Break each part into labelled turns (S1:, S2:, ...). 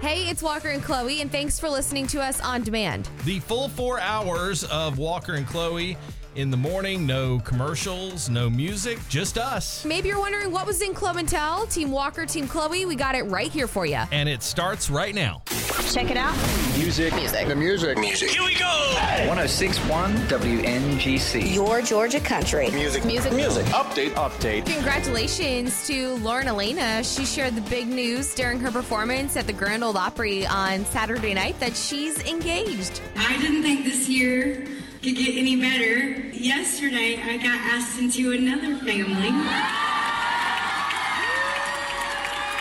S1: Hey, it's Walker and Chloe, and thanks for listening to us on demand.
S2: The full four hours of Walker and Chloe in the morning. No commercials, no music, just us.
S1: Maybe you're wondering what was in Club and Tell, Team Walker, Team Chloe. We got it right here for you.
S2: And it starts right now.
S3: Check it out.
S4: Music. Music. The music. Music.
S5: Here we go.
S6: 1061 WNGC.
S3: Your Georgia country.
S4: Music. Music. Music. Update. Update.
S1: Congratulations to Lauren Elena. She shared the big news during her performance at the Grand Ole Opry on Saturday night that she's engaged.
S7: I didn't think this year could get any better. Yesterday, I got asked into another family.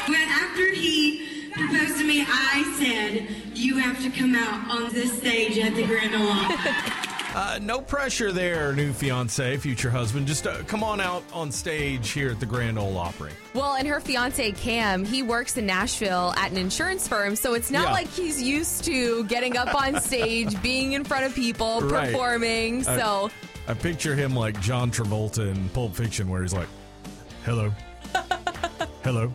S7: But after he proposed to me, I said, You have to come out on this stage at the Grand Ole Opry."
S2: Uh, no pressure there, new fiance, future husband. Just uh, come on out on stage here at the Grand Ole Opry.
S1: Well, and her fiance Cam, he works in Nashville at an insurance firm, so it's not
S2: Yeah.
S1: like he's used to getting up on stage, being in front of people,
S2: Right.
S1: performing.
S2: Uh,
S1: So
S2: I picture him like John Travolta in Pulp Fiction, where he's like, hello. hello.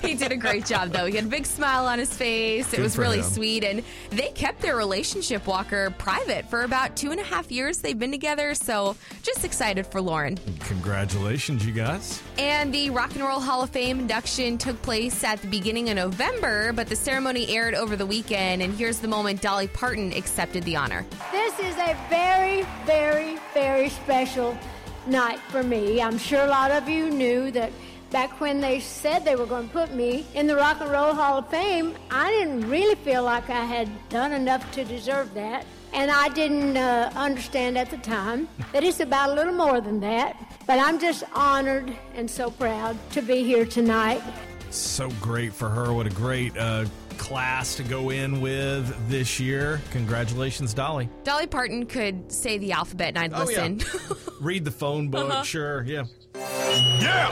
S1: he did a great job, though. He had a big smile on his face. It
S2: Good
S1: was
S2: for
S1: really
S2: him.
S1: sweet. And they kept their relationship, Walker, private for about two and a half years. They've been together, so just excited for Lauren.
S2: Congratulations, you guys.
S1: And the Rock and Roll Hall of Fame induction took place at the beginning of November, but the ceremony aired over the weekend. And here's the moment Dolly Parton accepted the honor.
S8: This is a very, very, very special night for me. I'm sure a lot of you knew that back when they said they were going to put me in the Rock and Roll Hall of Fame, I didn't really feel like I had done enough to deserve that. And I didn't uh, understand at the time that it's about a little more than that. But I'm just honored and so proud to be here tonight.
S2: So great for her. What a great uh, class to go in with this year. Congratulations, Dolly.
S1: Dolly Parton could say the alphabet, and I'd
S2: Oh,
S1: listen.
S2: Read the phone book,
S1: Uh-huh.
S2: sure. Yeah.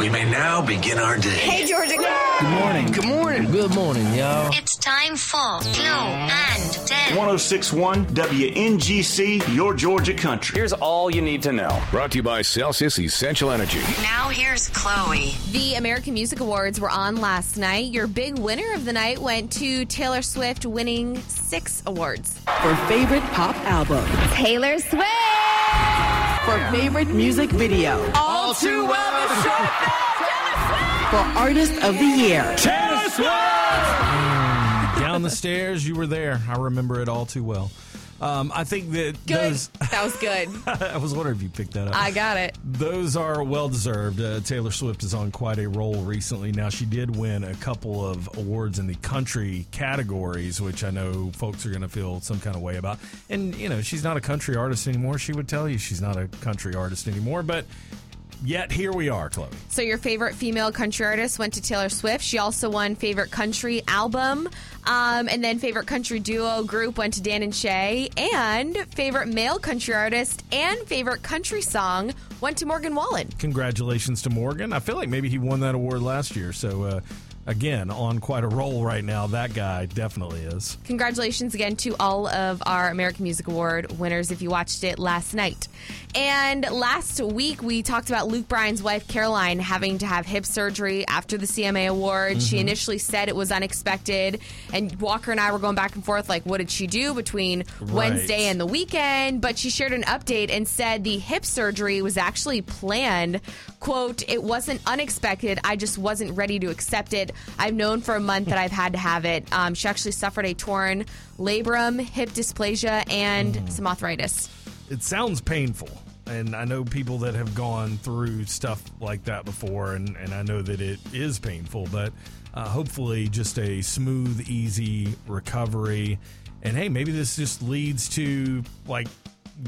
S5: We may now begin our day.
S3: Hey, Georgia.
S6: Good morning. Good morning. Good morning, y'all.
S9: It's time for Glow and Dell.
S10: 1061 WNGC, your Georgia country.
S4: Here's all you need to know.
S5: Brought to you by Celsius Essential Energy.
S9: Now here's Chloe.
S1: The American Music Awards were on last night. Your big winner of the night went to Taylor Swift, winning six awards.
S3: For favorite pop album.
S1: Taylor Swift!
S3: For favorite music video.
S2: All too well.
S3: For artist of the year.
S2: Down the stairs, you were there. I remember it all too well. Um, I think that
S1: Good.
S2: those.
S1: That was good.
S2: I was wondering if you picked that up.
S1: I got it.
S2: Those are well deserved. Uh, Taylor Swift is on quite a roll recently. Now, she did win a couple of awards in the country categories, which I know folks are going to feel some kind of way about. And, you know, she's not a country artist anymore. She would tell you she's not a country artist anymore, but yet here we are, Chloe.
S1: So your favorite female country artist went to Taylor Swift. She also won favorite country album, um, and then favorite country duo group went to Dan and Shay, and favorite male country artist and favorite country song went to Morgan Wallen.
S2: Congratulations to Morgan. I feel like maybe he won that award last year. So, uh, again, on quite a roll right now. That guy definitely is.
S1: Congratulations again to all of our American Music Award winners if you watched it last night. And last week we talked about Luke Bryan's wife Caroline having to have hip surgery after the CMA award. She initially said it was unexpected and Walker and I were going back and forth like what did she do between Wednesday and the weekend, but she shared an update and said the hip surgery was actually planned. Quote, it wasn't unexpected. I just wasn't ready to accept it. I've known for a month that I've had to have it. Um, she actually suffered a torn labrum, hip dysplasia, and some arthritis.
S2: it sounds painful and i know people that have gone through stuff like that before and, and i know that it is painful but uh, hopefully just a smooth easy recovery and hey maybe this just leads to like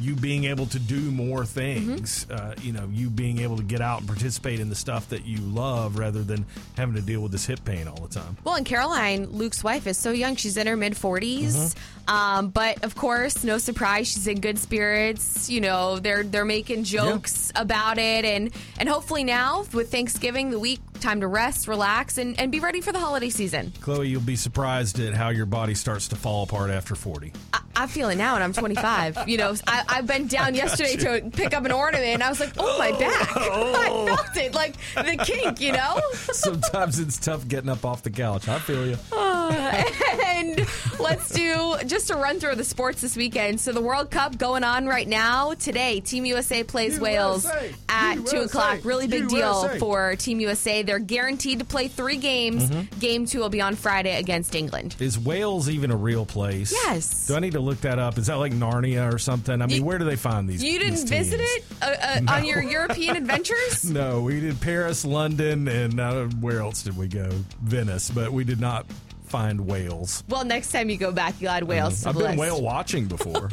S2: you being able to do more things, uh, you know, you being able to get out and participate in the stuff that you love rather than having to deal with this hip pain all the time.
S1: Well, and Caroline, Luke's wife, is so young. She's in her mid 40s.
S2: Mm-hmm.
S1: Um, but of course, no surprise, she's in good spirits. You know, they're they're making jokes about it and and hopefully now with Thanksgiving the week time to rest, relax and and be ready for the holiday season.
S2: Chloe, you'll be surprised at how your body starts to fall apart after 40.
S1: I, I feel it now and I'm 25. you know, I, I bent down
S2: I got
S1: yesterday
S2: you. Oh.
S1: to pick up an ornament and I was like, "Oh, my back." I felt it like the kink, you know?
S2: Sometimes it's tough getting up off the couch. I feel you.
S1: Uh, and let's do just a run through of the sports this weekend. So the World Cup going on right now today. Team USA plays Wales at two o'clock. Really big
S11: USA.
S1: deal for Team USA. They're guaranteed to play three games.
S2: Mhm.
S1: Game two will be on Friday against England.
S2: Is Wales even a real place?
S1: Yes.
S2: Do I need to look that up? Is that like Narnia or something? I mean, where do they find these?
S1: You
S2: these
S1: didn't
S2: teams?
S1: visit it uh, uh,
S2: No.
S1: on your European adventures.
S2: No, we did Paris, London, and uh, where else did we go? Venice, but we did not find Wales.
S1: Well, next time you go back, you'll add Wales. to
S2: I've
S1: the
S2: been
S1: list.
S2: whale watching before.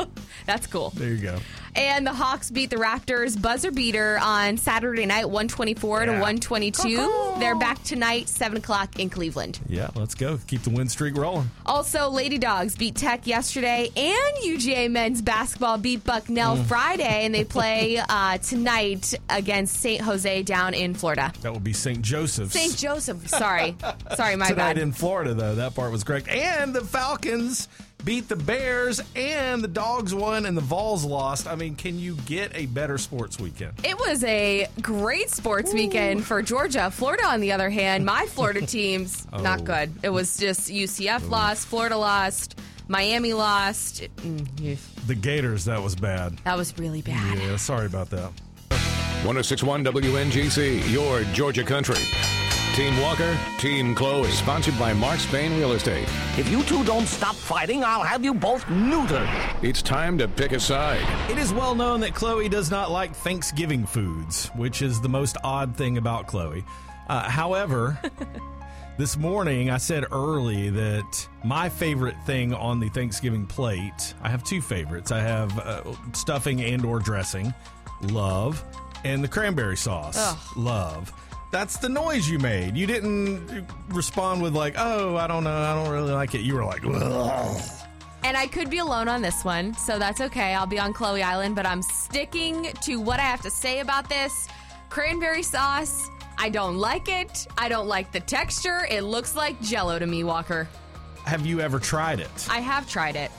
S1: That's cool.
S2: there you go.
S1: And the Hawks beat the Raptors buzzer beater on Saturday night, 124 to
S2: Yeah.
S1: 122. They're back tonight, 7 o'clock in Cleveland.
S2: Yeah, let's go. Keep the win streak rolling.
S1: Also, Lady Dogs beat Tech yesterday, and UGA men's basketball beat Bucknell
S2: Mm.
S1: Friday, and they play uh, tonight against St. Jose down in Florida.
S2: That would be St. Joseph's.
S1: St. Joseph, sorry. sorry, my
S2: Tonight
S1: bad.
S2: in Florida, though, that part was correct. And the Falcons beat the Bears, and the Dogs won, and the Vols lost. I mean, can you get a better sports weekend?
S1: It was a great sports weekend for Georgia. Florida, on the other hand, my Florida team's
S2: Oh.
S1: not good. It was just UCF lost, Florida lost, Miami lost. Mm,
S2: The Gators, that was bad.
S1: That was really bad.
S2: Yeah, sorry about that.
S5: 1061 WNGC, your Georgia country. Team Walker, Team Chloe, sponsored by Mark Spain Real Estate. If you two don't stop fighting, I'll have you both neutered. It's time to pick a side.
S2: It is well known that Chloe does not like Thanksgiving foods, which is the most odd thing about Chloe. Uh, however, this morning I said early that my favorite thing on the Thanksgiving plate, I have two favorites. I have uh, stuffing and or dressing, love, and the cranberry sauce,
S12: Ugh.
S2: love. That's the noise you made. You didn't respond with like, "Oh, I don't know, I don't really like it." You were like, Ugh.
S1: And I could be alone on this one, so that's okay. I'll be on Chloe Island, but I'm sticking to what I have to say about this. Cranberry sauce, I don't like it. I don't like the texture. It looks like jello to me, Walker.
S2: "Have you ever tried it?"
S1: I have tried it.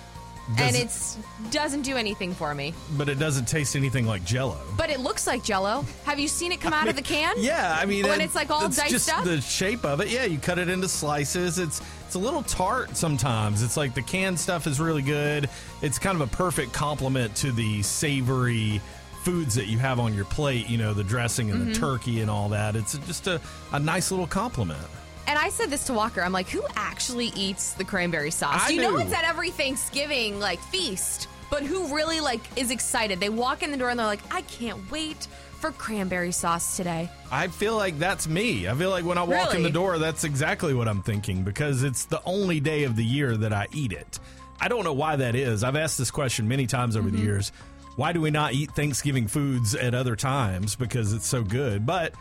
S2: Does
S1: and
S2: it-
S1: it's doesn't do anything for me.
S2: But it doesn't taste anything like Jello.
S1: But it looks like Jello. Have you seen it come out of the can?
S2: Yeah, I mean,
S1: when
S2: that-
S1: it's like all
S2: that's
S1: diced
S2: just
S1: up.
S2: the shape of it. Yeah, you cut it into slices. It's it's a little tart sometimes. It's like the canned stuff is really good. It's kind of a perfect complement to the savory foods that you have on your plate. You know, the dressing and
S1: Mhm.
S2: the turkey and all that. It's just a, a nice little compliment.
S1: and I said this to Walker. I'm like, who actually eats the cranberry sauce?
S2: I
S1: you know
S2: do.
S1: it's at every Thanksgiving like feast, but who really like is excited? They walk in the door and they're like, I can't wait for cranberry sauce today.
S2: I feel like that's me. I feel like when I walk in
S1: Really?
S2: the door, that's exactly what I'm thinking because it's the only day of the year that I eat it. I don't know why that is. I've asked this question many times over the years. Why do we not eat Thanksgiving foods at other times because it's so good? But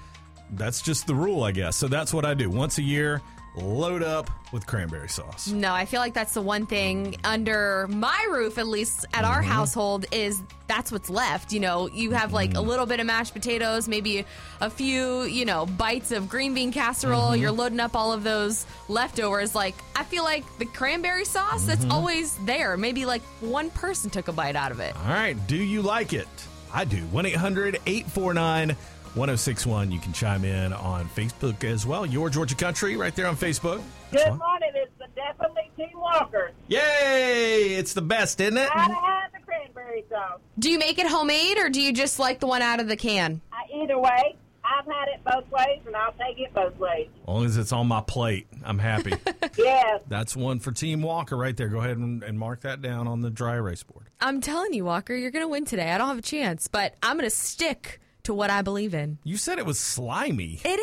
S2: that's just the rule, I guess. So that's what I do. Once a year, load up with cranberry sauce.
S1: No, I feel like that's the one thing under my roof, at least at our household, is that's what's left. You know, you have like a little bit of mashed potatoes, maybe a few, you know, bites of green bean casserole.
S13: Mhm.
S1: You're loading up all of those leftovers. Like, I feel like the cranberry sauce that's
S2: Mhm.
S1: always there. Maybe like one person took a bite out of it.
S2: All right. Do you like it? I do. 1 800 849 1061. You can chime in on Facebook as well. Your Georgia Country right there on Facebook. That's
S14: Good
S2: fine.
S14: morning. It's the definitely Team Walker.
S2: Yay! It's the best, isn't it?
S14: Gotta have the cranberry sauce.
S1: Do you make it homemade or do you just like the one out of the can?
S14: I, either way, I've had it both ways, and I'll take it both ways.
S2: As long as it's on my plate, I'm happy.
S14: yes.
S2: That's one for Team Walker right there. Go ahead and, and mark that down on the dry erase board.
S1: I'm telling you, Walker, you're going to win today. I don't have a chance, but I'm going to stick to what I believe in.
S2: You said it was slimy.
S1: It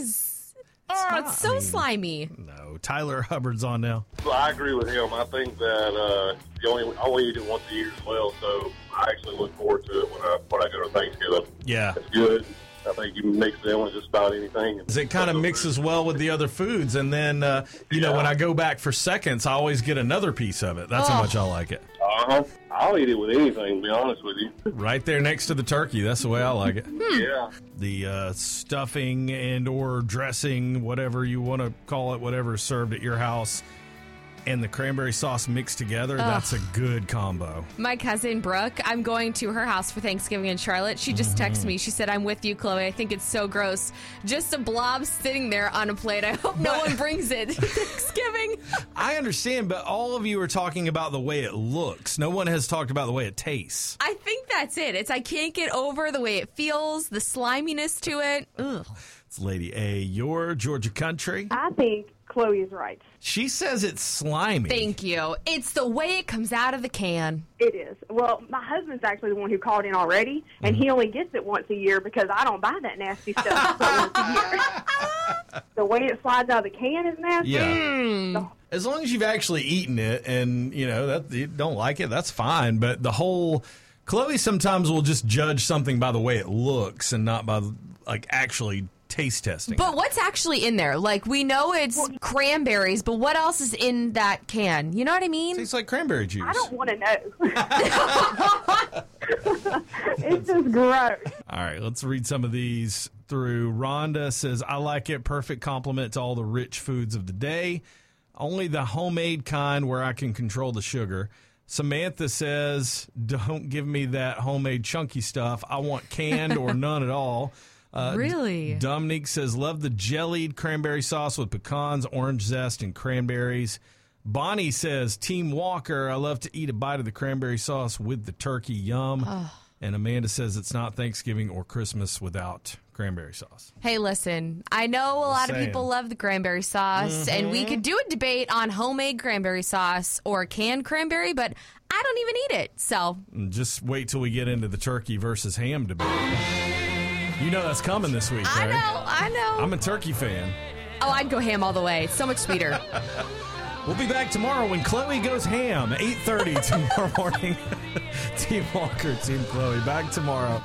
S1: is. oh, it's so slimy.
S2: No, Tyler Hubbard's on now.
S15: Well, I agree with him. I think that uh, you only I only eat it once a year as well, so I
S11: I actually look forward to it when I when I go to Thanksgiving.
S2: Yeah.
S11: It's good. I think you can mix it in with just about anything.
S2: Is It kind of mixes well with the other foods, and then uh, you know when I go back for seconds, I always get another piece of it. That's how
S11: Oh.
S2: much I like it.
S11: Uh huh. I'll eat it with anything. To be honest with you.
S12: Hmm.
S2: Right there next to the turkey. That's the way I like it.
S11: Yeah.
S2: The uh, stuffing and or dressing, whatever you want to call it, whatever is served at your house, and the cranberry sauce mixed together.
S1: Ugh.
S2: That's a good combo.
S1: My cousin Brooke, I'm going to her house for Thanksgiving in Charlotte. She just texted me. She said, I'm with you, Chloe. I think it's so gross. Just a blob sitting there on a plate. I hope no one brings it. Thanksgiving.
S2: I understand, but all of you are talking about the way it looks. No one has talked about the way it tastes.
S1: I think that's it. It's I can't get over the way it feels, the sliminess to it. Ugh.
S2: It's Lady A, your Georgia country.
S12: I think Chloe is right.
S2: She says it's slimy.
S1: Thank you. It's the way it comes out of the can.
S12: It is. Well, my husband's actually the one who called in already, and
S2: Mm-hmm.
S12: he only gets it once a year because I don't buy that nasty stuff but once a year. the way it slides out of the can is nasty.
S2: Yeah.
S12: Hmm.
S2: As long as you've actually eaten it and you know that you don't like it, that's fine. But the whole Chloe sometimes will just judge something by the way it looks and not by like actually taste testing.
S1: But what's actually in there? Like we know it's cranberries, but what else is in that can? You know what I mean?
S2: Tastes like cranberry juice.
S12: I don't want to know. it's just gross.
S2: All right, let's read some of these through. Rhonda says, I like it. Perfect compliment to all the rich foods of the day. Only the homemade kind where I can control the sugar. Samantha says, Don't give me that homemade chunky stuff. I want canned or none at all. Uh,
S1: Really?
S2: Dominique says, Love the jellied cranberry sauce with pecans, orange zest, and cranberries. Bonnie says, Team Walker, I love to eat a bite of the cranberry sauce with the turkey. Yum.
S1: Ugh.
S2: And Amanda says it's not Thanksgiving or Christmas without cranberry sauce.
S1: Hey, listen, I know a lot of
S2: saying.
S1: people love the cranberry sauce, and we
S2: Mhm.
S1: could do a debate on homemade cranberry sauce or canned cranberry, but I don't even eat it. So,
S2: And just wait till we get into the turkey versus ham debate. You know that's coming this week,
S1: I
S2: right?
S1: know, I know.
S2: I'm a turkey fan.
S1: oh, I'd go ham all the way. It's so much sweeter.
S2: We'll be back tomorrow when Chloe goes ham, 8.30 tomorrow morning. Team Walker, Team Chloe, back tomorrow.